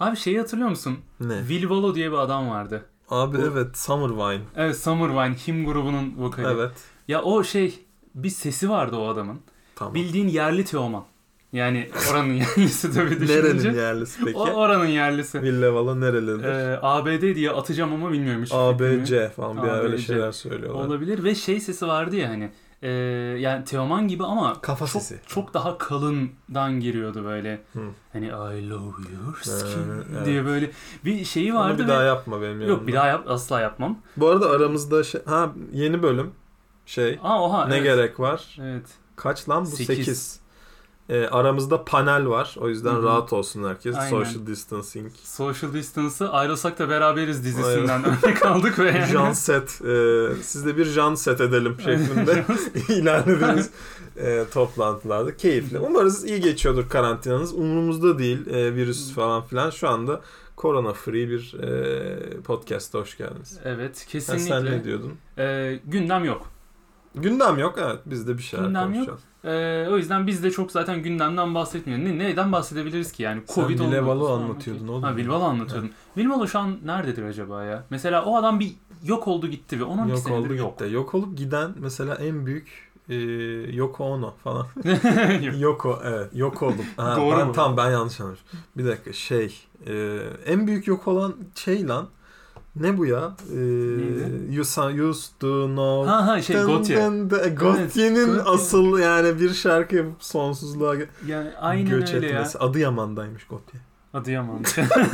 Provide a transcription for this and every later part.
Abi şeyi hatırlıyor musun? Ne? Will Wallo diye bir adam vardı. Abi evet Summer Wine. Evet Summerwine Him grubunun vokali. Evet. Ya o şey bir sesi vardı o adamın. Tamam. Bildiğin yerli Teoman. Yani oranın yerlisi tabii düşününce. Nerenin yerlisi peki? O oranın yerlisi. Villevala nerelidir? Ee, ABD diye atacağım ama bilmiyorum hiç. fikrimi. ABC falan bir öyle ABC. şeyler söylüyorlar. Olabilir ve şey sesi vardı ya hani. e, yani Teoman gibi ama Kafa çok, sesi. çok daha kalından giriyordu böyle. Hı. Hani I love your skin Ee, evet. diye böyle bir şeyi Onu vardı. bir ve- daha yapma benim yanımda. Yok bir daha yap, asla yapmam. Bu arada aramızda şey, ha yeni bölüm şey Aa oha. ne evet. gerek var? Evet. Kaç lan bu? Sekiz. 8. aramızda panel var. O yüzden Hı hı. rahat olsun herkes. Aynen. Social distancing. Social Distance'ı ayrılsak da beraberiz dizisinden örnek aldık ve yani. Jan set. E, siz de bir jan set edelim şeklinde ilan ediniz e, toplantılarda. Keyifli. Umarız iyi geçiyordur karantinanız. Umurumuzda değil e, virüs Hmm. falan filan. Şu anda korona free bir e, podcast'a hoş geldiniz. Evet Ha, kesinlikle. sen ne diyordun? Ee, gündem yok. Gündem yok evet. Biz de bir şeyler Gündem yok. konuşacağız. Ee, o yüzden biz de çok zaten gündemden bahsetmiyoruz. Ne, neyden bahsedebiliriz ki yani? Sen Covid Bilal olmadı Valo falan. anlatıyordun oğlum. Ha Bilbao anlatıyordum. Bilbao şu an nerededir acaba ya? Mesela o adam bir yok oldu gitti ve 10-12 Yok senedir oldu yok. gitti. Yok olup giden mesela en büyük e, Yoko Ono falan. Yoko evet. Yok oldum. Ha, Doğru ben, mu? Tamam ben yanlış anlamışım. Bir dakika şey. e, en büyük yok olan şey lan. Ne bu ya? E, Neydi? you, son- used to know. ha ha şey Dın Gotye. dın dın. Gotye'nin Gotye. asıl yani bir şarkı yapıp sonsuzluğa gö- Yani aynen göç öyle ya. etmesi. Adıyaman'daymış Gotye. Adıyaman.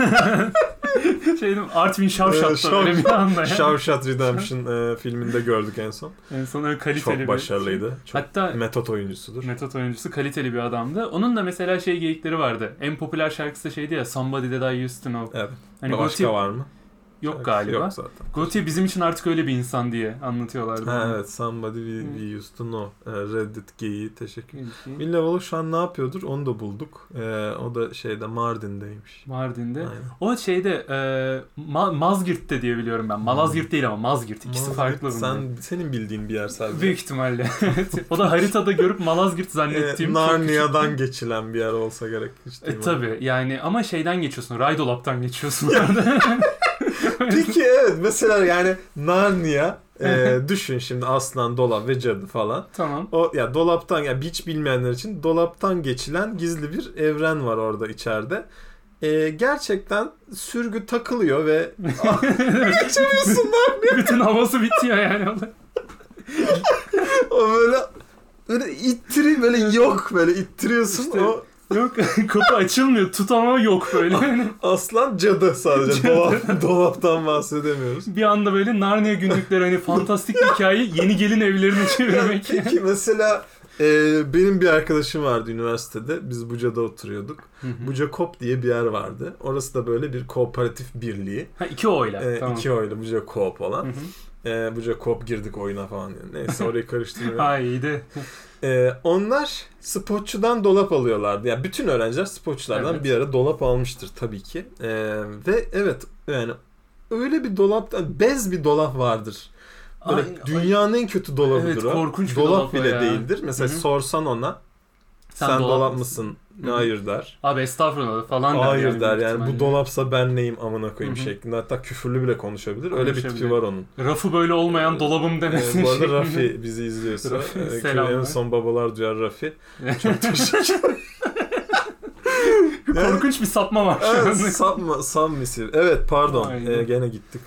şey dedim Artvin Şavşat'ta Ee, öyle bir anda ya. Shawshank Redemption e, filminde gördük en son. En son öyle kaliteli Çok bir- şey. başarılıydı. Çok Hatta metot oyuncusudur. metot oyuncusu kaliteli bir adamdı. Onun da mesela şey geyikleri vardı. En popüler şarkısı da şeydi ya Somebody That I Used To Know. Evet. Hani Başka Gotye var mı? yok galiba. Yok zaten. Gotye bizim için artık öyle bir insan diye anlatıyorlardı. Ha, evet. Somebody we, we used to know. Ee, Reddit geyiği. Teşekkür Milla Valuk şu an ne yapıyordur onu da bulduk. Ee, o da şeyde Mardin'deymiş. Mardin'de. Aynen. O şeyde e, Ma- Mazgirt'te diye biliyorum ben. Malazgirt değil ama Mazgirt. İkisi Mardin- farklı bunlar. Sen, senin bildiğin bir yer sadece. Büyük ihtimalle. o da haritada görüp Malazgirt zannettiğim. Ee, çok Narnia'dan geçilen bir yer olsa gerek. Hiç E değil mi? tabi yani ama şeyden geçiyorsun. Raydolap'tan geçiyorsun. Peki evet mesela yani Narnia e, düşün şimdi aslan, dolap ve cadı falan. tamam. O ya dolaptan ya hiç bilmeyenler için dolaptan geçilen gizli bir evren var orada içeride. Ee, gerçekten sürgü takılıyor ve geçemiyorsun lan. Bütün havası bitiyor yani. O böyle böyle ittiri böyle yok böyle ittiriyorsun İşte- o yok kapı açılmıyor. Tutama yok böyle. aslan cadı sadece Cadı. Dolap- dolaptan bahsedemiyoruz. bir anda böyle Narnia günlükleri hani fantastik hikaye yeni gelin evlerini çevirmek. Peki mesela e, benim bir arkadaşım vardı üniversitede biz Buca'da oturuyorduk. Buca Kop diye bir yer vardı. Orası da böyle bir kooperatif birliği. ha iki oyla. Ee, tamam. iki oyla Buca Koop olan. Hı hı. Ee, Buca Koop girdik oyuna falan. Yani. Neyse orayı karıştırmıyorum. Haydi. Ee, onlar spotçudan dolap alıyorlardı. Yani bütün öğrenciler spotçulardan Evet. bir ara dolap almıştır tabii ki. Ee, ve evet yani öyle bir dolap, bez bir dolap vardır. Böyle Ay, ay. dünyanın en kötü dolabıdır Evet, o. korkunç bir dolap, dolap o bile ya. değildir. Mesela Hı hı. sorsan ona sen, dolap, mısın? Hı hı. Hayır der. Abi estağfurullah falan der. Hayır der büyük yani bu ihtimalle. dolapsa ben neyim amına koyayım Hı hı. şeklinde. Hatta küfürlü bile konuşabilir. Öyle bir tipi Konuşabilir. var onun. Rafı böyle olmayan dolabım demesin. şey. Ee, bu arada şeklinde. Rafi bizi izliyorsa. Rafi, e, ki selamlar. en son babalar duyar Rafi. Çok teşekkür ederim. Korkunç bir sapma var şu evet, anda. sapma, sammisi. Evet pardon. Aynen. Ee, gene gittik.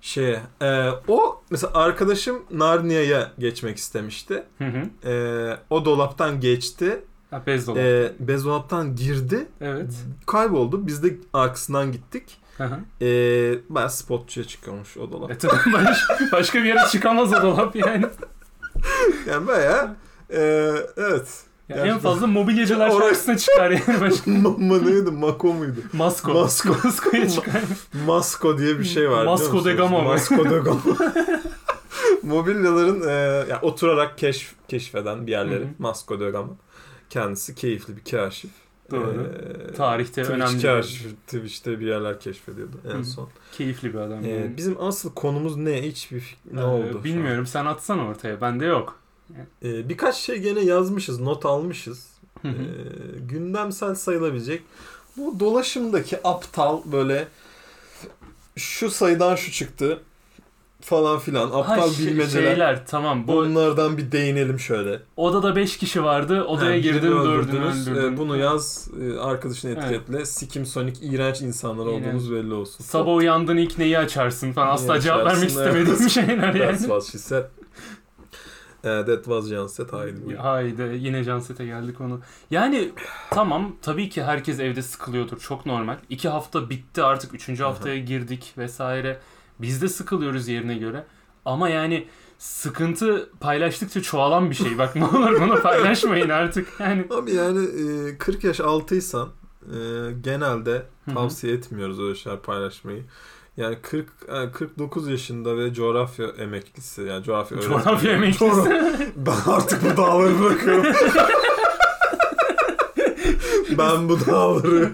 Şeye, e, o mesela arkadaşım Narnia'ya geçmek istemişti. Hı hı. E, o dolaptan geçti. Ha, bez dolap. E, bez dolaptan girdi. evet. Kayboldu. Biz de arkasından gittik. Hı hı. E, bayağı spotçuya çıkıyormuş o dolap. E tabii baş, başka bir yere çıkamaz o dolap yani. Yani bayağı e, evet. Ya Gerçekten. en fazla mobilyacılar Orası- şarkısına çıkar yani. Baş- Mama neydi? Mako muydu? Masko. Masko. Masko'ya çıkar. Masko diye bir şey var. biliyor Masko musunuz? de Gama mı? Masko de Gama. Mobilyaların e, yani oturarak keşf, keşfeden bir yerleri. Hı hı. Masko de Gama. Kendisi keyifli bir kaşif. Doğru. E, Tarihte Twitch önemli. şey. kaşif. Twitch'te bir yerler keşfediyordu en Hı hı. son. Keyifli bir adam. E, yani. bizim asıl konumuz ne? Hiçbir fikri ne Ee, oldu? şu an? Bilmiyorum. Sen atsana ortaya. Bende yok. E, birkaç şey gene yazmışız. Not almışız. Hı hı. Ee, gündemsel sayılabilecek Bu dolaşımdaki aptal böyle şu sayıdan şu çıktı falan filan aptal Ha, şey- bilmeceler. Şeyler tamam. Bu Bunlardan bir değinelim şöyle. odada 5 kişi vardı. Odaya Ha, girdim birini dördünü öldürdünüz. öldürdüm. Ee, bunu yaz e, arkadaşını etiketle. Sikim Sonic iğrenç insanlar İğrenç. olduğunuz belli olsun. Sabah uyandın ilk neyi açarsın falan. Neyi Asla cevap vermek açarsın, evet. istemediğim şeyler That yani. was she said. Ee, that was Janset. Haydi buyurun. Haydi yine Janset'e geldik onu. Yani tamam tabii ki herkes evde sıkılıyordur çok normal. İki hafta bitti artık üçüncü Aha. haftaya girdik vesaire. Biz de sıkılıyoruz yerine göre. Ama yani sıkıntı paylaştıkça çoğalan bir şey. Bak ne olur bunu paylaşmayın artık. Yani Abi yani e, 40 yaş altıysan e, genelde Hı hı. tavsiye etmiyoruz öyle şeyler paylaşmayı. Yani 40 e, 49 yaşında ve coğrafya emeklisi yani coğrafya öğretmeni. coğrafya emeklisi. Coğra- Ben artık bu dağları bırakıyorum. ben bu dağları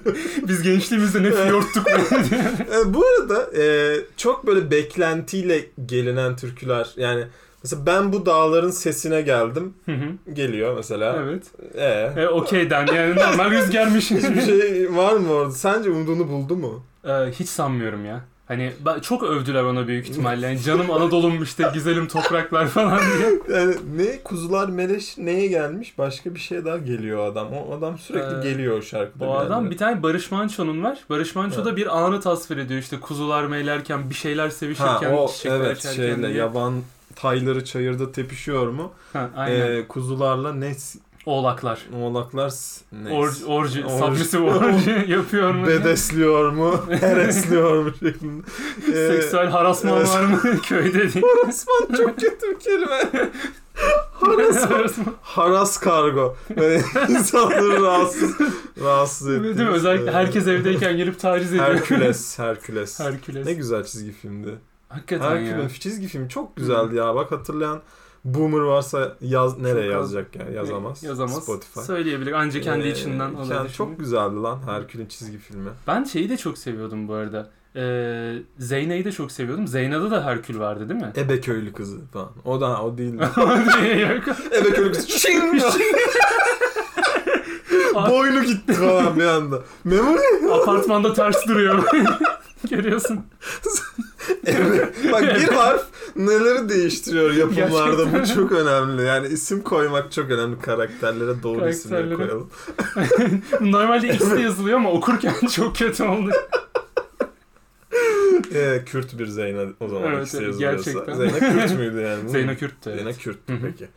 Biz gençliğimizde ne fiyorttuk. E, bu arada e, çok böyle beklentiyle gelinen türküler yani mesela ben bu dağların sesine geldim Hı hı, geliyor mesela. evet. E, E, Okey den yani normal rüzgarmış. hiçbir şey var mı orada? Sence umduğunu buldu mu? Ee, hiç sanmıyorum ya. Hani ben- çok övdüler ona büyük ihtimalle. Yani canım Anadolu'm işte güzelim topraklar falan diye. Yani ne kuzular meleş neye gelmiş başka bir şey daha geliyor adam. O adam sürekli Ee, geliyor o şarkıda. O bir adam yerlere. bir tane Barış Manço'nun var. Barış Manço da bir anı tasvir ediyor işte kuzular meylerken bir şeyler ha, sevişirken o çiçekler evet açarken şeyle diye. yaban tayları çayırda tepişiyor mu? Ha, aynen. E, kuzularla ne Oğlaklar. oğlaklar s- ne Orji, orji, Orji. submissive orji yapıyor mu? Bedesliyor mu? Heresliyor mu şeklinde. Ee, Seksüel harasman evet. var mı köyde diye. Harasman çok kötü bir kelime. Harasman. Harasman. Haras kargo. Böyle insanları rahatsız, rahatsız Değil ettiğiniz. mi? Özellikle Ee, herkes evdeyken gelip taciz ediyor. Herküles, Herküles. Herküles. Ne güzel çizgi filmdi. Hakikaten ya. Herküles çizgi film çok güzeldi ya. Bak hatırlayan Boomer varsa yaz nereye Çok az- yazacak ya? Yazamaz. Yazamaz. Spotify. Söyleyebilir. Anca kendi Ee, içinden alır. kendi- düşünüyor. Çok güzeldi lan Herkül'ün çizgi filmi. Ben şeyi de çok seviyordum bu arada. Ee, Zeyna'yı da çok seviyordum. Zeyna'da da Herkül vardı değil mi? Ebe köylü kızı falan. O da o değil. Yok. Ebe köylü kızı. Şing! Boynu gitti falan bir anda. Memur Apartmanda ters duruyor. Görüyorsun. evet. Bak bir harf neleri değiştiriyor yapımlarda Gerçekten. bu çok önemli. Yani isim koymak çok önemli karakterlere doğru isimleri Karakterlere. koyalım. Normalde X de yazılıyor ama okurken çok kötü oldu. Ee, Kürt bir Zeyna o zaman Evet, işte evet, yazılıyorsa. gerçekten. Zeyna Kürt müydü yani? Zeyna Kürt'tü. Zeyna Evet. Kürt Hı hı. peki.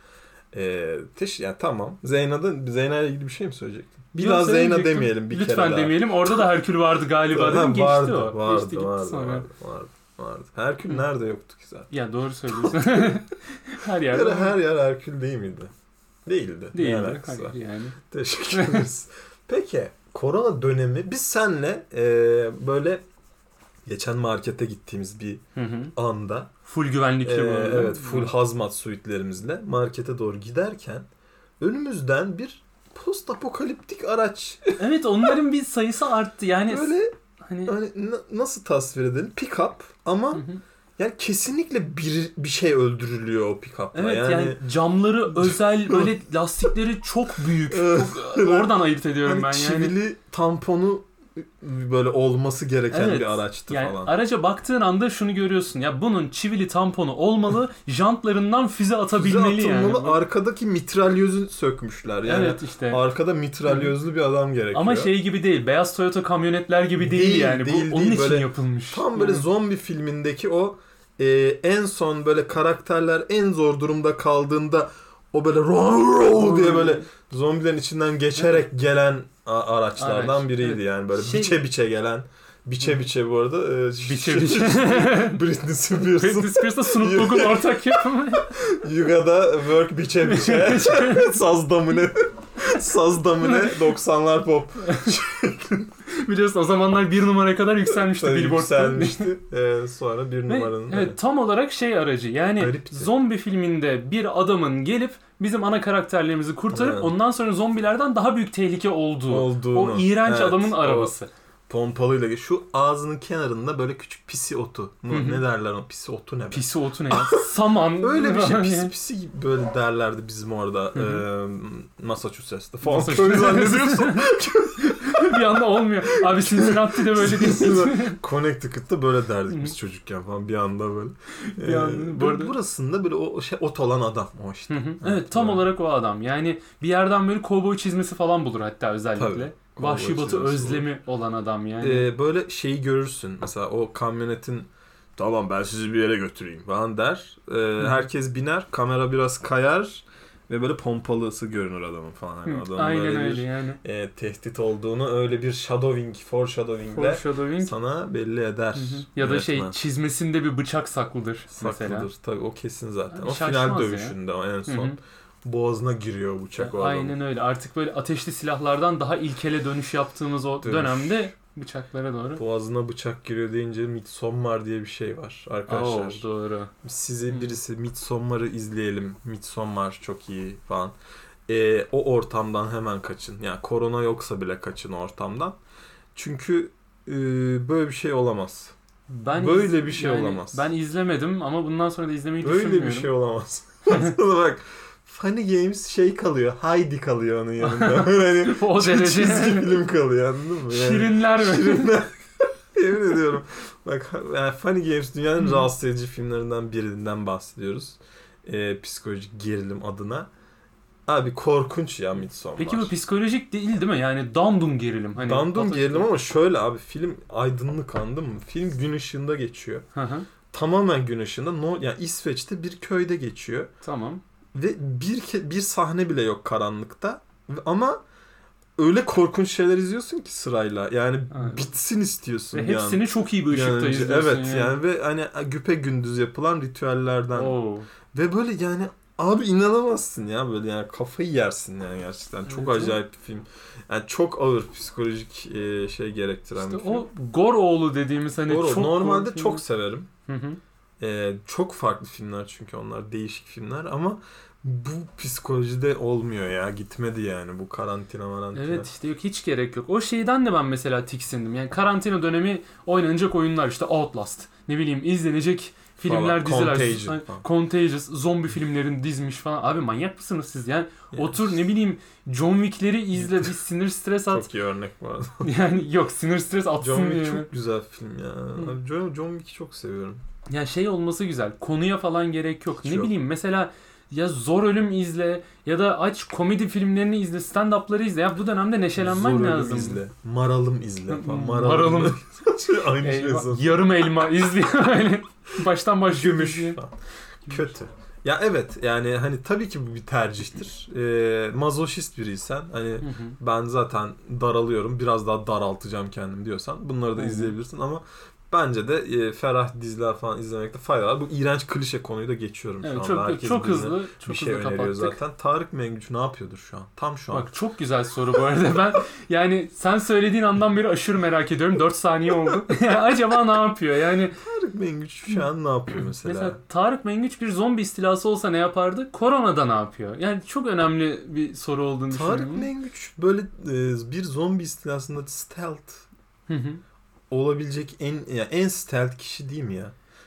Ee, teş, ya tamam. Zeyna'da Zeyna ile ilgili bir şey mi söyleyecektin? Bir Yok, daha Zeyna söylemeyecektim. demeyelim bir Lütfen kere daha. demeyelim. Orada da Herkül vardı galiba. Ha, Dedim, geçti vardı, o. Vardı, geçti gitti vardı, sonra. vardı, vardı, vardı. Herkül Hı. nerede yoktu ki zaten? Ya doğru söylüyorsun. her Her, yerde. her yer Herkül değil miydi? Değildi. Ne Değil. alakası var? Hayır yani. Teşekkür ederiz. Peki korona dönemi biz senle e, böyle geçen markete gittiğimiz bir Hı hı. anda Full güvenlikli e, bu arada. evet full hazmat suitlerimizle markete doğru giderken önümüzden bir post apokaliptik araç Evet onların bir sayısı arttı. Yani böyle hani hani na- nasıl tasvir edelim pick up ama Hı hı. yani kesinlikle bir bir şey öldürülüyor o pick up'la. Evet yani, yani, hani camları özel böyle lastikleri çok büyük. Evet. Çok- oradan ayırt ediyorum hani ben yani. çivili tamponu böyle olması gereken Evet, bir araçtı Yani falan. araca baktığın anda şunu görüyorsun. Ya bunun çivili tamponu olmalı, jantlarından füze atabilmeli Füze yani. atılmalı, Arkadaki mitralyözü sökmüşler. Yani evet işte. arkada mitralyözlü bir adam gerekiyor. Ama şey gibi değil. Beyaz Toyota kamyonetler gibi değil, Değil, yani. değil, Bu onun değil. için Böyle yapılmış. tam böyle Yani. zombi filmindeki o e, en son böyle karakterler en zor durumda kaldığında o böyle row row diye böyle zombilerin içinden geçerek gelen a- araçlardan Araç, biriydi evet. yani böyle Şey- biçe biçe gelen biçe biçe bu arada e, Biçe biçe. Britney Spears'ın Britney Spears'la Snoop Dogg'un ortak yapımı. Yuga'da work biçe biçe saz damını saz damını 90'lar pop Biliyorsun o zamanlar bir numara kadar yükselmişti Tabii Billboard'da. yükselmişti. Ee, sonra bir Ve, numaranın. evet, tam olarak şey aracı yani Garipti. zombi filminde bir adamın gelip bizim ana karakterlerimizi kurtarıp Evet. ondan sonra zombilerden daha büyük tehlike olduğu. hani olduğunu. O iğrenç Evet, adamın o arabası. Pompalıyla geç- şu ağzının kenarında böyle küçük pisi otu. Hı mu hı. ne derler ona? Pisi otu ne? be? Pisi otu ne ya? Saman. Öyle bir şey pisi pisi gibi böyle derlerdi bizim orada Hı ee, Massachusetts'ta falan. Massachusetts'ta. Öyle zannediyorsun. bir bir anda olmuyor. Abi Cincinnati'de böyle değil. Connecticut'ta böyle derdik biz çocukken falan bir anda böyle. Bir anda, Ee, bu arada- Burasında böyle o şey ot olan adam o işte. Hı hı. evet tam yani. olarak o adam. Yani bir yerden böyle kovboy çizmesi falan bulur hatta özellikle. Tabii. Vahşi Kovboy batı çizmesi özlemi olan adam yani. Ee, böyle şeyi görürsün. Mesela o kamyonetin tamam ben sizi bir yere götüreyim falan der. Ee, herkes biner. Kamera biraz kayar. Ve böyle pompalısı görünür adamın falan. Hı, Yani adamın Aynen böyle öyle bir yani. e, tehdit olduğunu öyle bir shadowing, foreshadowingle Foreshadowing. sana belli eder. Hı hı. Ya da şey yönetmen. çizmesinde bir bıçak saklıdır mesela. Saklıdır. Tabii o kesin zaten. Abi O final şaşmaz ya. dövüşünde o en Hı hı. son. Boğazına giriyor bıçak o adamın. Aynen öyle. Artık böyle ateşli silahlardan daha ilkele dönüş yaptığımız o Dönüş. dönemde bıçaklara doğru. Boğazına bıçak giriyor deyince Midsommar diye bir şey var arkadaşlar. Oo, doğru. Sizi Hmm. birisi Midsommar'ı izleyelim. Midsommar çok iyi falan. Ee, o ortamdan hemen kaçın. Yani korona yoksa bile kaçın o ortamdan. Çünkü e, böyle bir şey olamaz. Ben Böyle bir şey olamaz. Ben izlemedim ama bundan sonra da izlemeyi Böyle düşünmüyorum. bir şey olamaz. Sana bak Funny Games şey kalıyor. Heidi kalıyor onun yanında. Böyle hani o derece çizgi film kalıyor anladın mı? Yani- şirinler mi? Şirinler. Yemin ediyorum. Bak yani Funny Games dünyanın Hı. rahatsız edici filmlerinden birinden bahsediyoruz. Ee, psikolojik gerilim adına. Abi korkunç ya Midsommar. Peki bu psikolojik değil değil mi? Yani damdum gerilim. Hani Dandum Atatürk- gerilim ama şöyle abi film aydınlık anladın mı? Film gün ışığında geçiyor. Hı hı, Tamamen gün ışığında. No, yani İsveç'te bir köyde geçiyor. tamam. Ve bir ke- bir sahne bile yok karanlıkta. Ama öyle korkunç şeyler izliyorsun ki sırayla. Yani Evet. bitsin istiyorsun. Ve yani. hepsini çok iyi bir ışıkta Yani, izliyorsun. evet yani. ve hani güpe gündüz yapılan ritüellerden Oo. ve böyle yani abi inanamazsın ya böyle yani kafayı yersin yani gerçekten çok Evet, evet. acayip bir film yani çok ağır psikolojik e, şey gerektiren İşte bir film. o Goroğlu dediğimiz hani Doğru, çok normalde korkunç- çok severim Hı hı. E, çok farklı filmler çünkü onlar değişik filmler ama bu psikolojide olmuyor ya gitmedi yani bu karantina marantina. Evet işte yok hiç gerek yok. O şeyden de ben mesela tiksindim. Yani karantina dönemi oynanacak oyunlar işte Outlast. Ne bileyim izlenecek filmler, Falan, diziler. Contagion Ay, falan. Contagious, zombi filmlerini dizmiş falan. Abi manyak mısınız siz? Yani Yani otur ne bileyim John Wick'leri izle bir sinir stres at. çok iyi örnek bu arada. yani yok sinir stres atsın John diye. Wick çok güzel film ya. Abi John, John Wick'i çok seviyorum. Ya şey olması güzel. Konuya falan gerek yok. Hiç ne yok. bileyim mesela ya Zor Ölüm izle ya da aç komedi filmlerini izle, stand-up'ları izle. Ya bu dönemde neşelenmen Zoralım lazım. izle. Maralım izle. falan. Maralım. Maralım. Aynı şey Eyvah, zor. yarım elma izle. Öyle Baştan baş Gümüş. izle. falan. Kötü. Ya evet yani hani tabii ki bu bir tercihtir. Ee, mazoşist biriysen hani Hı hı. ben zaten daralıyorum biraz daha daraltacağım kendim diyorsan bunları da Hı hı. izleyebilirsin ama bence de e, ferah diziler falan izlemekte fayda var. Bu iğrenç klişe konuyu da geçiyorum şu Evet, anda. çok Herkes çok birine hızlı çok bir şey hızlı öneriyor kapattık. zaten. Tarık Mengüç ne yapıyordur şu an? Tam şu an. Bak çok güzel soru bu arada. Ben yani sen söylediğin andan beri aşırı merak ediyorum. 4 saniye oldu. Yani acaba ne yapıyor? Yani Tarık Mengüç şu an ne yapıyor Mesela Tarık Mengüç bir zombi istilası olsa ne yapardı? Koronada ne yapıyor? Yani çok önemli bir soru olduğunu Tarık düşünüyorum. Mengüç böyle e, bir zombi istilasında stealth Hı hı. olabilecek en ya en stealth kişi değil mi ya?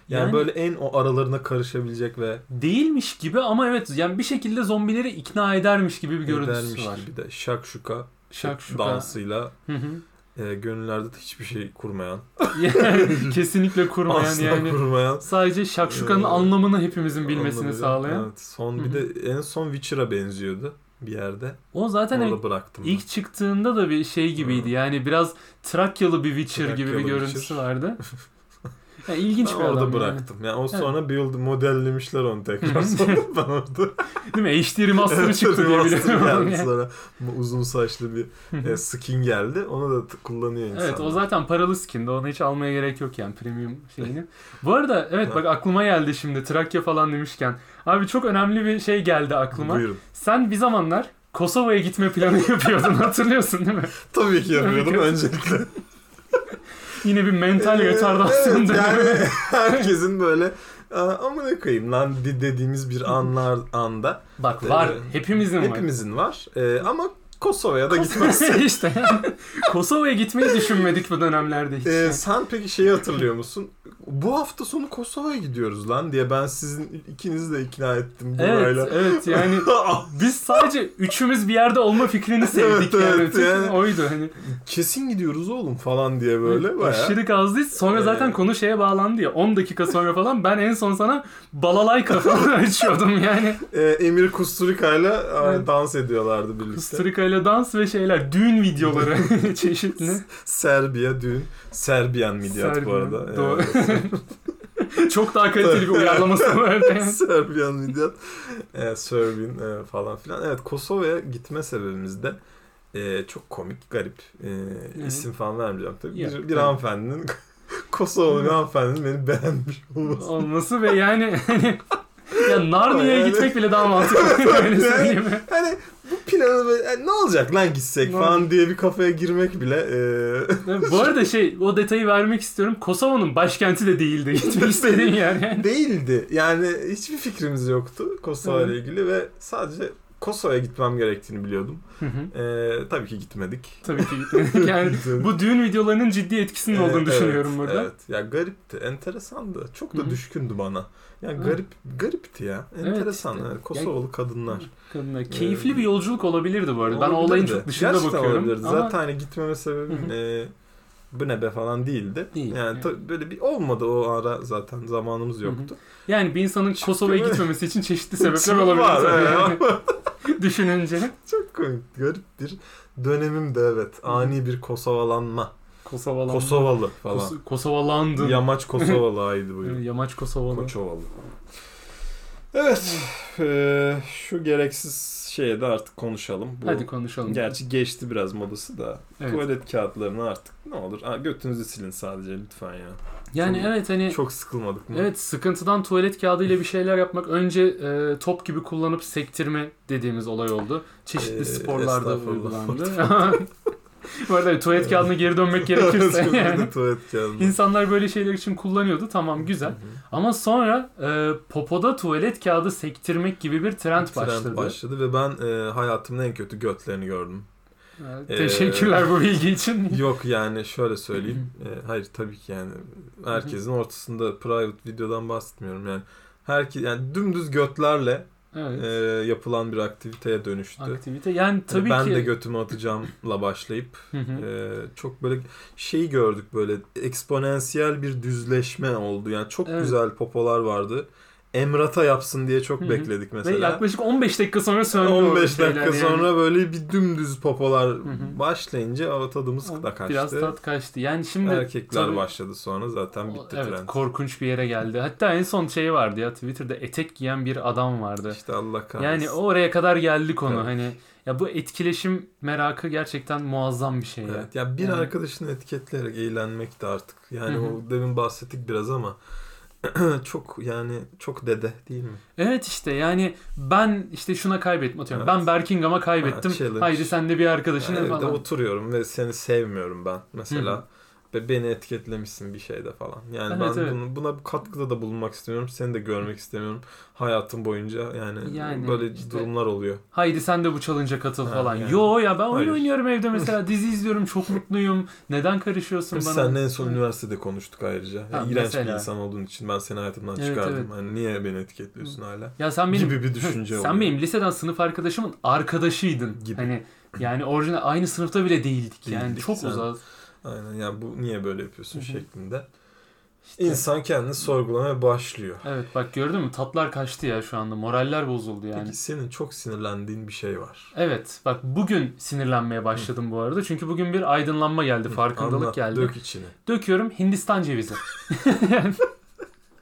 Yani, Yani- böyle en o aralarına karışabilecek ve Değilmiş gibi ama evet yani bir şekilde zombileri ikna edermiş gibi bir görüntüsü edermiş var. gibi Şey, de şakşuka Şakşuka. dansıyla Hı hı. e, gönüllerde de hiçbir şey kurmayan, Yani Kesinlikle kurmayan asla yani. kurmayan Sadece şakşukanın Ee, anlamını hepimizin bilmesini anlamıyla. sağlayan. Evet, son Hı bir de en son Witcher'a benziyordu bir yerde. O zaten hani Orada evet, bıraktım. ben. ilk çıktığında da bir şey gibiydi. Hı. Yani biraz Trakyalı bir Witcher gibi Trakyalı bir Witcher. görüntüsü vardı. Yani ilginç Ben bir adam. orada yani. bıraktım. Yani. o sonra build modellemişler onu tekrar. Hı. Sonra ben orada Değil mi? HD remaster'ı Evet, çıktı diye remaster biliyorum. geldi Yani. sonra bu uzun saçlı bir Hı hı. e, skin geldi. Onu da t- kullanıyor insanlar. Evet o zaten paralı skindi. Ona hiç almaya gerek yok yani premium şeyini. Bu arada evet bak aklıma geldi şimdi Trakya falan demişken. Abi çok önemli bir şey geldi aklıma. Buyurun. Sen bir zamanlar Kosova'ya gitme planı yapıyordun hatırlıyorsun değil mi? Tabii ki yapıyordum Evet. öncelikle. Yine bir mental Ee, retardasyon evet, dönemi. yani herkesin böyle "Aa, amına koyayım lan di- dediğimiz bir anlar anda Bak var Ee, hepimizin var. hepimizin var. Ee, ama Kosova'ya da gitmez. işte yani. Kosova'ya gitmeyi düşünmedik bu dönemlerde hiç. Ee, sen peki şeyi hatırlıyor musun? bu hafta sonu Kosova'ya gidiyoruz lan diye ben sizin ikinizi de ikna ettim Evet, burayla. evet yani biz sadece üçümüz bir yerde olma fikrini sevdik Evet, yani. evet, Tek yani. Oydu hani. Kesin gidiyoruz oğlum falan diye böyle bayağı. Aşırı gazlıyız. Sonra zaten Ee. konu şeye bağlandı ya. 10 dakika sonra falan ben en son sana balalayka falan açıyordum yani. Ee, Emir Kusturika'yla e, Evet. dans ediyorlardı birlikte. Kustırika ile dans ve şeyler. Düğün videoları çeşitli. Serbiya düğün. Serbiyan midyat bu arada. Doğru. Evet. Çok daha kaliteli bir uyarlaması vardı. Serbiyan midyat. E, Serbian e, falan filan. Evet Kosova'ya gitme sebebimiz de e, çok komik, garip. E, isim falan vermeyeceğim tabii. Yok, Bir, bir tabii. hanımefendinin Kosovalı bir hanımefendinin beni beğenmiş olması. Olması ve yani hani ya Narnia'ya Yani- gitmek bile daha mantıklı. Öyle söyleyeyim. Hani bu planı böyle, "E, ne olacak lan gitsek Ne falan diye bir kafaya girmek bile e, Bu arada şey o detayı vermek istiyorum. Kosova'nın başkenti de değildi. Gitmek istediğin yer yani. değildi. Yani hiçbir fikrimiz yoktu Kosova ile Evet. ilgili ve sadece Kosova'ya gitmem gerektiğini biliyordum. Hı hı. E, tabii ki gitmedik. Tabii ki gitmedik. Yani bu düğün videolarının ciddi etkisinin Ee, olduğunu düşünüyorum evet, burada. Evet. Ya garipti, enteresandı. Çok da Hı hı. düşkündü bana. Ya Evet. garip garipti ya. Evet, Enteresan. işte. evet, Kosovalı kadınlar. Ee, Kadınlar. Keyifli bir yolculuk olabilirdi bu arada. Ben o Olabilirdi. olayın çok dışında Gerçekten bakıyorum. olabilirdi. Ama Zaten hani gitmeme sebebim Hı e, bu ne be falan değildi. Değil, yani evet. tabii böyle bir olmadı o ara zaten zamanımız Hı hı. yoktu. yani bir insanın Kosova'ya Çünkü- gitmemesi için çeşitli Çok sebepler olabilir. var, Ee, tabii evet, yani. ama Düşününce. Çok komik. Garip bir dönemimdi evet. hı. Ani bir Kosovalanma. Kosovalan. Kosovalı falan. Kos- Kosovalandın. Yamaç Kosovalı'ydı bu. yıl. Yamaç Kosovalı. Koçovalı. Evet. eee, şu gereksiz şeye de artık konuşalım. Bu, Hadi konuşalım. Gerçi geçti biraz modası da. Evet. Tuvalet kağıtlarını artık ne olur. Aa, götünüzü silin sadece lütfen ya. Yani Çok- evet hani Çok sıkılmadık mı? Evet sıkıntıdan tuvalet kağıdıyla bir şeyler yapmak önce e, top gibi kullanıp sektirme dediğimiz olay oldu. Çeşitli Ee, sporlarda estağfurullah. uygulandı. Bu arada tuvalet kağıdına geri dönmek gerekirse Şimdi yani. de tuvalet kağıdı. İnsanlar böyle şeyler için kullanıyordu tamam güzel. Hı hı. Ama sonra e, popoda tuvalet kağıdı sektirmek gibi bir trend, başladı. başladı ve ben eee, hayatımın en kötü götlerini gördüm. E, Ee, Teşekkürler bu bilgi için. Yok yani şöyle söyleyeyim. Eee, hayır tabii ki yani herkesin ortasında private videodan bahsetmiyorum yani. Herki yani dümdüz götlerle Evet. e, yapılan bir aktiviteye dönüştü. aktivite. Yani Hani tabii ben ki de götümü atacağımla başlayıp Hı hı. e, çok böyle şeyi gördük böyle eksponansiyel bir düzleşme oldu. Yani çok Evet. güzel popolar vardı. Emrata yapsın diye çok Hı hı. bekledik ve mesela. yaklaşık 15 dakika sonra söndü. o 15 şeyler dakika yani. sonra böyle bir dümdüz popolar hı. başlayınca o tadımız da kaçtı. Biraz tat kaçtı. Yani şimdi Erkekler tabii- başladı sonra zaten O- bitti evet, trend. korkunç bir yere geldi. Hatta en son şey vardı ya Twitter'da etek giyen bir adam vardı. İşte Allah kahretsin. Yani oraya kadar geldi konu Evet. hani. Ya bu etkileşim merakı gerçekten muazzam bir şey ya. Evet. Ya bir Yani- arkadaşını etiketleyerek eğlenmek de artık. Yani Hı hı. o demin bahsettik biraz ama çok yani çok dede değil mi? Evet işte yani ben işte şuna kaybettim atıyorum. Evet. Ben Berkingham'a kaybettim. Ha, challenge. Haydi sen de bir arkadaşın Yani el evde falan. oturuyorum ve seni sevmiyorum ben Hı mesela. Ve beni etiketlemişsin bir şeyde falan. Yani Evet, ben evet. bunu- buna bir katkıda da bulunmak istemiyorum. Seni de görmek istemiyorum. Hayatım boyunca yani, Yani böyle işte- durumlar oluyor. Haydi sen de bu challenge'a katıl Ha, falan. yani. Yo ya ben oyun Hayır. oynuyorum evde mesela. Dizi izliyorum çok mutluyum. Neden karışıyorsun Biz bana? seninle en son üniversitede konuştuk ayrıca. Yani Ha, iğrenç bir mesela. insan olduğun için ben seni hayatımdan Evet, çıkardım. evet. Hani niye beni etiketliyorsun hala? Ya sen benim Gibi bir düşünce Sen oluyor. benim liseden sınıf arkadaşımın arkadaşıydın. Gibi. Hani yani orijinal aynı sınıfta bile değildik. Yani Değildik. çok Sen- uzak. Aynen ya bu niye böyle yapıyorsun Hı hı. şeklinde. İşte- İnsan kendini sorgulamaya başlıyor. Evet bak gördün mü? Tatlar kaçtı ya şu anda. Moraller bozuldu yani. Peki senin çok sinirlendiğin bir şey var. Evet bak bugün sinirlenmeye başladım bu arada. Çünkü bugün bir aydınlanma geldi, farkındalık Anlat, geldi. Dök içine. Döküyorum Hindistan cevizi.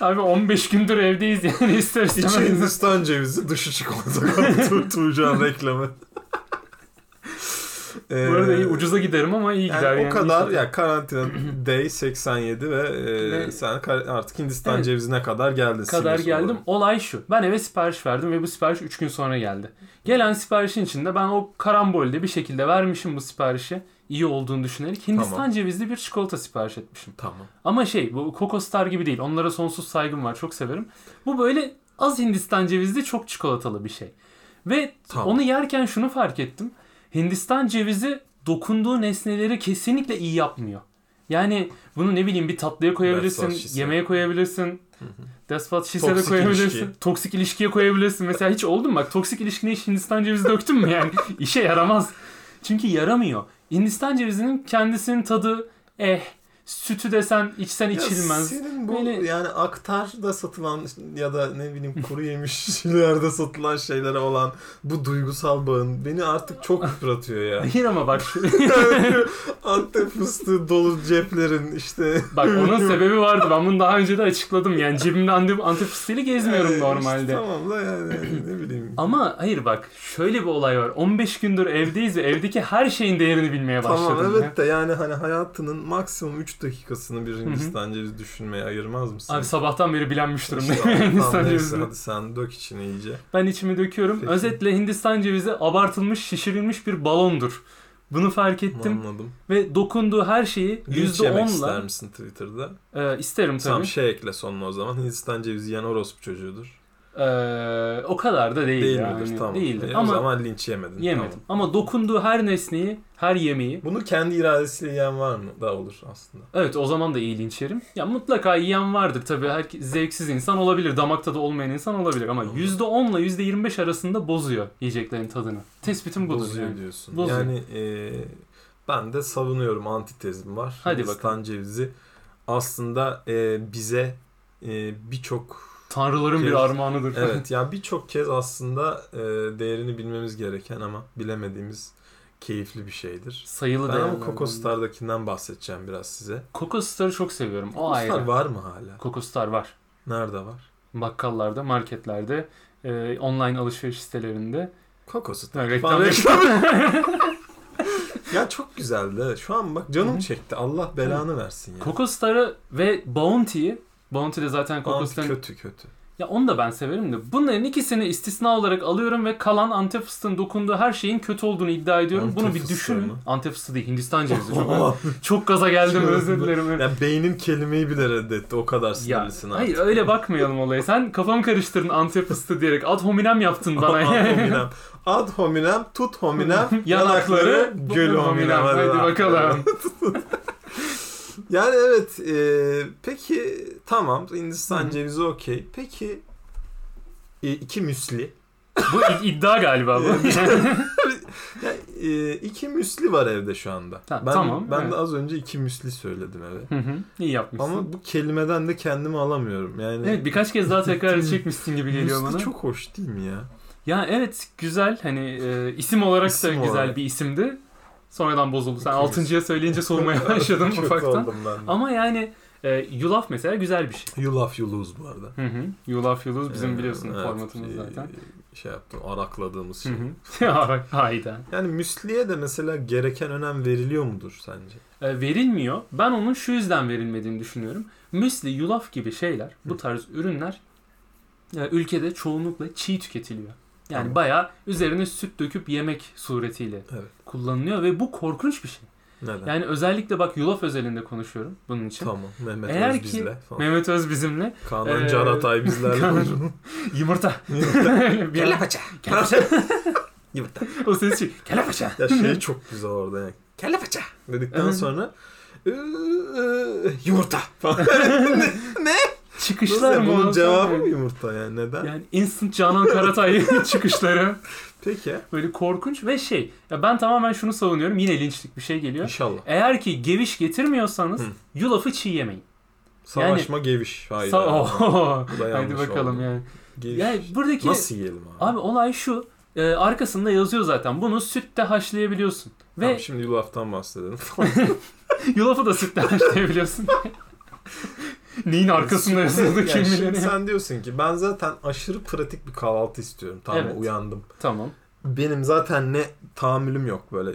Abi 15 gündür evdeyiz yani ister istemez. İçi Hindistan cevizi, dışı çikolata kaptır Tuğcan reklamı. Bu arada iyi, Ee, ucuza giderim ama iyi yani gider yani. o kadar inşallah. ya karantina day 87 ve, e, Ve- sen kar- artık Hindistan Evet. cevizine kadar geldin. kadar sinir geldim. olarak. Olay şu. Ben eve sipariş verdim ve bu sipariş 3 gün sonra geldi. Gelen siparişin içinde ben o karambolde bir şekilde vermişim bu siparişi. iyi olduğunu düşünerek Hindistan Tamam. cevizli bir çikolata sipariş etmişim. Tamam. Ama şey bu Coco Star gibi değil. Onlara sonsuz saygım var. Çok severim. Bu böyle az Hindistan cevizli çok çikolatalı bir şey. Ve Tamam. onu yerken şunu fark ettim. Hindistan cevizi dokunduğu nesneleri kesinlikle iyi yapmıyor. Yani bunu ne bileyim bir tatlıya That's what she koyabilirsin, said. yemeğe koyabilirsin. That's what she said'e Toksik koyabilirsin. ilişki. Toksik ilişkiye koyabilirsin. Mesela hiç oldun mu? Bak toksik ilişkine hiç Hindistan cevizi döktün mü yani? İşe yaramaz. Çünkü yaramıyor. Hindistan cevizinin kendisinin tadı eh. Sütü desen içsen Ya içilmez. Senin bu Böyle- yani aktarda satılan ya da ne bileyim kuru yemişlerde satılan şeylere olan bu duygusal bağın beni artık çok yıpratıyor ya. Hayır ama bak Yani Antep fıstığı dolu ceplerin işte. bak onun sebebi vardı. Ben bunu daha önce de açıkladım. Yani cebimde antep, antep fıstığıyla gezmiyorum Ee, işte normalde. tamam da yani ne bileyim. Ama hayır bak şöyle bir olay var. 15 gündür evdeyiz ve evdeki her şeyin değerini bilmeye başladım. Tamam ya. evet de yani hani hayatının maksimum 3 dakikasını bir Hindistan cevizi düşünmeye ayırmaz mısın? Abi sabahtan beri bilenmiş İşte, durumdayım tamam, Hindistan neyse, cevizini. Hadi sen dök içine iyice. Ben içimi döküyorum. Peki. Özetle Hindistan cevizi abartılmış, şişirilmiş bir balondur. Bunu fark ettim Anladım. ve dokunduğu her şeyi Linç yemek ister %10'la misin Twitter'da? e, isterim Tam tabii. şey ekle sonuna o zaman. Hindistan cevizi yiyen orospu çocuğudur. E, o kadar da değil, Değil yani. midir? Tamam. Değildir. E, Ama O zaman linç yemedin. yemedim. Tamam. Ama dokunduğu her nesneyi, her yemeği Bunu kendi iradesiyle yiyen var mı? Daha olur aslında. Evet o zaman da iyi linç yerim. Ya mutlaka yiyen vardır tabii. Herkes zevksiz insan olabilir. Damakta da olmayan insan olabilir. Ama Doğru. %10 ile %25 arasında bozuyor yiyeceklerin tadını. Tespitim budur Bozuyor yani. diyorsun. Bozuyor. Yani e, ben de savunuyorum antitezim var. Hadi Hindistan cevizi aslında e, bize e, birçok Tanrıların Ceviz. bir armağanıdır. evet ya birçok kez aslında e, değerini bilmemiz gereken ama bilemediğimiz keyifli bir şeydir. Sayılı Ben ama değerlerden. Coco Star'dakinden bahsedeceğim biraz size. Coco Star'ı çok seviyorum. O Coco Star ayrı. var mı hala? Coco Star var. Nerede var? Bakkallarda, marketlerde, e, online alışveriş sitelerinde. Coco Star. Ha, Bana reklam Ya çok güzeldi. Şu an bak Hı canım hı. çekti. Allah belanı versin ya. Coco Star'ı ve Bounty'yi Bounty de zaten Coco Anti Star'ın kötü kötü. Ya onu da ben severim de bunların ikisini istisna olarak alıyorum ve kalan antep fıstığın dokunduğu her şeyin kötü olduğunu iddia ediyorum. Antep Bunu bir fıstığı düşünün. mı? Antep fıstığı değil Hindistan cevizi. Çok, çok gaza geldim özür dilerim. ya beynin kelimeyi bile reddetti. O kadar Ya, sinirlisin hayır öyle bakmayalım olaya. Sen kafamı karıştırdın antep fıstığı diyerek. Ad hominem yaptın bana. Ad hominem. Ad hominem, tut hominem, yanakları, Yanakları gül hominem. Hadi lan. bakalım. Yani evet, e, peki tamam Hindistan Hı hı. cevizi okey. Peki e, iki müsli. Bu i- iddia galiba bu. Ya, e, iki müsli var evde şu anda. Ta- ben, tamam, Ben evet. de az önce iki müsli söyledim eve. Hı hı, İyi yapmışsın. Ama bu kelimeden de kendimi alamıyorum. Yani Evet birkaç kez daha tekrar edecekmişsin gibi geliyor Müsli bana. çok hoş değil mi ya? Ya evet güzel hani e, isim olarak da İsim güzel olarak. bir isimdi. Sonradan bozuldu. Sen İkimiz. altıncıya söyleyince soğumaya başladım Kötü ufaktan. oldum ben de. Ama yani e, yulaf mesela güzel bir şey. You love you lose bu arada. Hı hı. Yulaf yuluz bizim Ee, biliyorsun evet, formatımız e, zaten. Şey yaptım arakladığımız Hı şey. hı. Ya, Hayda. Yani müsliye de mesela gereken önem veriliyor mudur sence? E, verilmiyor. Ben onun şu yüzden verilmediğini düşünüyorum. Müsli, yulaf gibi şeyler, bu Hı. tarz ürünler e, ülkede çoğunlukla çiğ tüketiliyor. Yani Tamam. bayağı üzerine süt döküp yemek suretiyle Evet. kullanılıyor ve bu korkunç bir şey. Neden? Yani özellikle bak yulaf özelinde konuşuyorum bunun için. Tamam. Mehmet Eğer Eğer Öz ki- bizle. Falan. Mehmet Öz bizimle. Kanan Ee, Caratay bizlerle. Yumurta. Kelle Bir- paça. Kelle Yumurta. o ses şey. Kelle paça. Ya şey çok güzel orada yani. Kelle paça. Dedikten Evet. sonra "Ee, ee, yumurta falan. ne? ne? Çıkışlar Nasıl, mı? bunun olsa- cevabı mı yumurta yani neden? Yani instant Canan Karatay çıkışları. Peki Böyle korkunç ve şey. Ya ben tamamen şunu savunuyorum. Yine linçlik bir şey geliyor. inşallah. Eğer ki geviş getirmiyorsanız Hı. yulafı çiğ yemeyin. Savaşma geviş. Hayır. Sa- Oh. Oo. Bu da yanlış Hadi bakalım oldu. yani. Geviş. Yani buradaki Nasıl yiyelim abi? abi olay şu. e, arkasında yazıyor zaten. Bunu sütte haşlayabiliyorsun. Ve Tamam, şimdi yulaftan bahsedelim. Yulafı da sütten haşlayabiliyorsun. Neyin arkasında yazıldı kim Yani şimdi bilir. sen diyorsun ki ben zaten aşırı pratik bir kahvaltı istiyorum. Tamam mı? Evet. uyandım. Tamam. Benim zaten ne tahammülüm yok böyle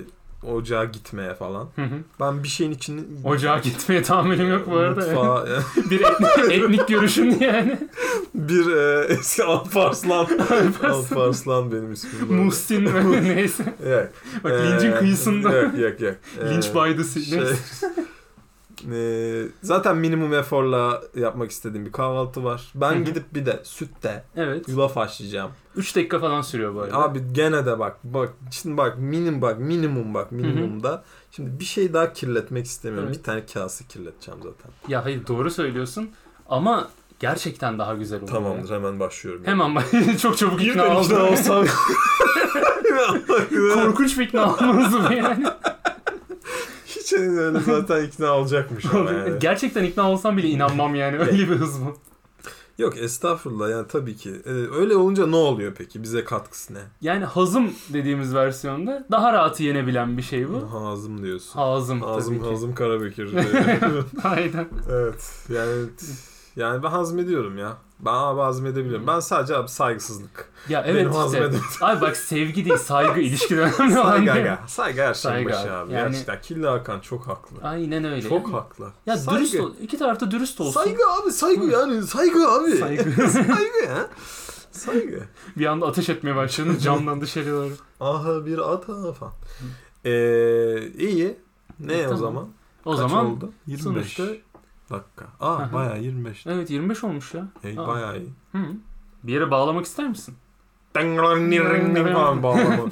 ocağa gitmeye falan. Hı hı. Ben bir şeyin içini... Ocağa gitmeye tahammülüm yok bu arada. Mutfağa, bir etnik, etnik görüşün yani. bir e, eski Alparslan. Alparslan benim ismim. bu arada. Muhsin ve neyse. Evet. Bak Ee, lincin kıyısında. Yok yok yok. Ee, Linç by the sea. şey- Neyse. Ee, zaten minimum eforla yapmak istediğim bir kahvaltı var. Hı hı. Ben gidip bir de sütte Evet. yulaf haşlayacağım. 3 dakika falan sürüyor bu arada. Abi gene de bak bak şimdi bak minim bak minimum bak minimumda. Şimdi bir şey daha kirletmek istemiyorum. Evet. Bir tane kase kirleteceğim zaten. Ya hayır doğru söylüyorsun ama gerçekten daha güzel oluyor. Tamamdır hemen başlıyorum. Hemen bak- çok çabuk ikna Birden ikna oldum. olsam. Korkunç bir ikna olmanız bu yani. Hiç öyle zaten ikna olacakmış ama yani. Gerçekten ikna olsam bile inanmam yani öyle bir hız bu. Yok estağfurullah yani tabii ki. Ee, öyle olunca ne oluyor peki? Bize katkısı ne? Yani hazım dediğimiz versiyonda daha rahatı yenebilen bir şey bu. Hazım diyorsun. Hazım Hazım tabii ki. Hazım Karabekir. Aynen. evet. Yani yani ben hazmediyorum ya. Ben abi hazmedebilirim. Ben sadece abi saygısızlık. Ya evet Benim işte. hazmedim. Abi bak sevgi değil saygı ilişkiden önemli olan Saygı değil. aga. Saygı her şeyin Saygı abi. başı abi. Yani- Gerçekten Killa Hakan çok haklı. Aynen öyle. Çok haklı. Ya Saygı. dürüst ol. İki tarafta dürüst olsun. Saygı abi saygı yani saygı abi. Saygı. saygı ya. Saygı. bir anda ateş etmeye başladın camdan dışarı doğru. Aha bir ata falan. Ee, iyi. Ne E, Tamam. o zaman? O Kaç zaman oldu? 25 sonuçta- dakika. Aha. Aa bayağı 25. evet 25 olmuş ya. Hey, Aa. bayağı iyi. Hı. Bir yere bağlamak ister misin? Ding-a-ling-a-ling-a-ling falan bağlama. Çok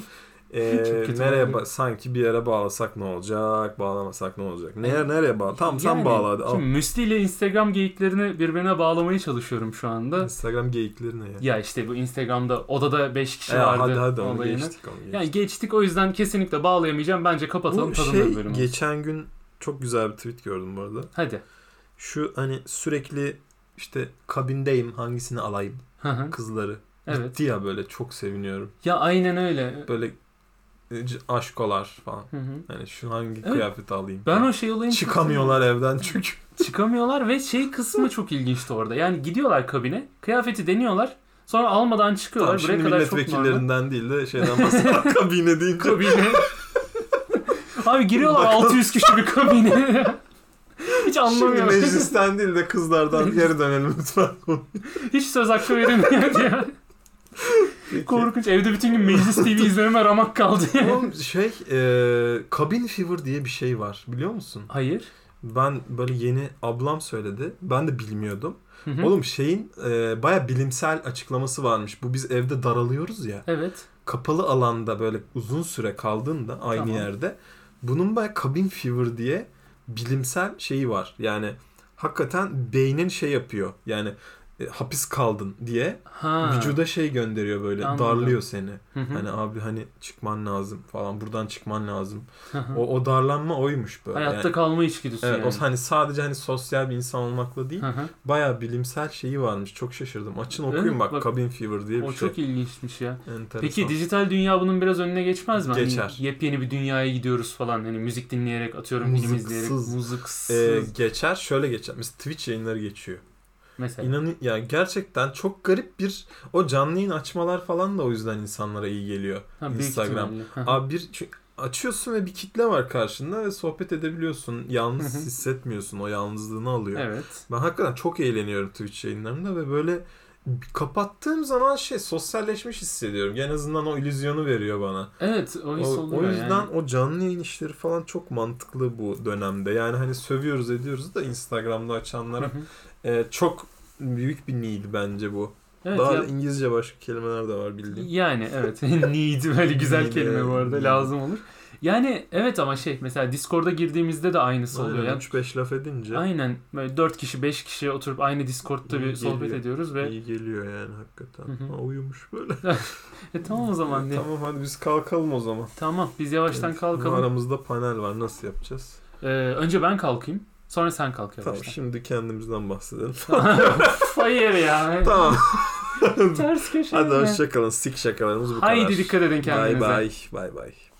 Ee, kötü nereye oldu. ba- sanki bir yere bağlasak ne olacak? Bağlamasak ne olacak? Nereye nereye bağla? Tamam Yani, sen bağla hadi. Al. Şimdi Müsli ile Instagram geyiklerini birbirine bağlamaya çalışıyorum şu anda. Instagram geyikleri ne ya? Ya işte bu Instagram'da odada 5 kişi Ee, vardı hadi hadi onu olayını. geçtik onu geçtik. Yani geçtik o yüzden kesinlikle bağlayamayacağım. Bence kapatalım Bu tadında şey bölümü. geçen gün çok güzel bir tweet gördüm bu arada. Hadi. Şu hani sürekli işte kabindeyim hangisini alayım Hı hı. kızları. Evet. Gitti ya böyle çok seviniyorum. Ya aynen öyle. Böyle e, c- aşkolar falan. Hı hı. Hani şu hangi Evet. kıyafeti alayım. Ben o şey olayın Çıkamıyorlar evden çünkü. çıkamıyorlar ve şey kısmı çok ilginçti orada. Yani gidiyorlar kabine, kıyafeti deniyorlar. Sonra almadan çıkıyorlar. Tamam, şimdi Buraya kadar çok normal. milletvekillerinden değil de şeyden bahsediyorum. kabine deyince. Kabine. Abi giriyorlar Bakalım. 600 kişi bir kabine. Hiç Şimdi anlamıyorum. meclisten değil de kızlardan geri dönelim lütfen. Hiç söz hakkı verilmiyor ya. Peki. Korkunç. Evde bütün gün Meclis TV izlememe ramak kaldı. Oğlum şey e, kabin fever diye bir şey var biliyor musun? Hayır. Ben böyle yeni ablam söyledi. Ben de bilmiyordum. Hı hı. Oğlum şeyin e, baya bilimsel açıklaması varmış. Bu biz evde daralıyoruz ya. Evet. Kapalı alanda böyle uzun süre kaldığında aynı Tamam. yerde. Bunun baya kabin fever diye bilimsel şeyi var. Yani hakikaten beynin şey yapıyor. Yani e, hapis kaldın diye Ha. vücuda şey gönderiyor böyle Anladım. darlıyor seni. Hı hı. Hani abi hani çıkman lazım falan buradan çıkman lazım. Hı hı. O, o darlanma oymuş böyle. Hayatta yani. kalma içgüdüsü Evet, yani. o hani sadece hani sosyal bir insan olmakla değil. Hı hı. Bayağı bilimsel şeyi varmış. Çok şaşırdım. Açın Evet, okuyun bak, bak. Cabin Fever diye bir O şey. çok ilginçmiş ya. Enteresan. Peki dijital dünya bunun biraz önüne geçmez mi? Hani Geçer. yepyeni bir dünyaya gidiyoruz falan. Hani müzik dinleyerek atıyorum film izleyerek. Müziksiz. Müziksiz. Ee, geçer şöyle geçer. Mesela Twitch yayınları geçiyor. Mesela. İnanın yani gerçekten çok garip bir o canlı yayın açmalar falan da o yüzden insanlara iyi geliyor. Ha, büyük Instagram. ihtimalle. Hı hı. Abi bir çünkü açıyorsun ve bir kitle var karşında ve sohbet edebiliyorsun. Yalnız Hı hı. hissetmiyorsun. O yalnızlığını alıyor. Evet. Ben hakikaten çok eğleniyorum Twitch yayınlarında ve böyle kapattığım zaman şey sosyalleşmiş hissediyorum. En azından o illüzyonu veriyor bana. Evet o O, his oluyor o yüzden yani. o canlı yayın işleri falan çok mantıklı bu dönemde. Yani hani sövüyoruz ediyoruz da Instagram'da Hı açanlara. hı. Ee, çok büyük bir need bence bu. Evet Daha ya- İngilizce başka kelimeler de var bildiğim. Yani evet. Need böyle güzel Need, kelime bu evet, arada need. lazım olur. Yani evet ama şey mesela Discord'a girdiğimizde de aynısı oluyor. Aynen, Yani 3-5 laf edince aynen böyle 4 kişi 5 kişi oturup aynı Discord'da bir İyi sohbet geliyor. ediyoruz ve iyi geliyor yani hakikaten. Hı hı. Ha, uyumuş böyle. e, tamam o zaman diye. Tamam. Tamam hadi biz kalkalım o zaman. biz yavaştan Evet, kalkalım. Aramızda panel var nasıl yapacağız? Ee, önce ben kalkayım. Sonra sen kalk Tamam yavaştan. şimdi kendimizden bahsedelim. Hayır ya. tamam. Ters köşe. Hadi mi? hoşçakalın. Sik şakalarımız bu kadar. Haydi dikkat edin kendinize. Bay bay. Bay bay.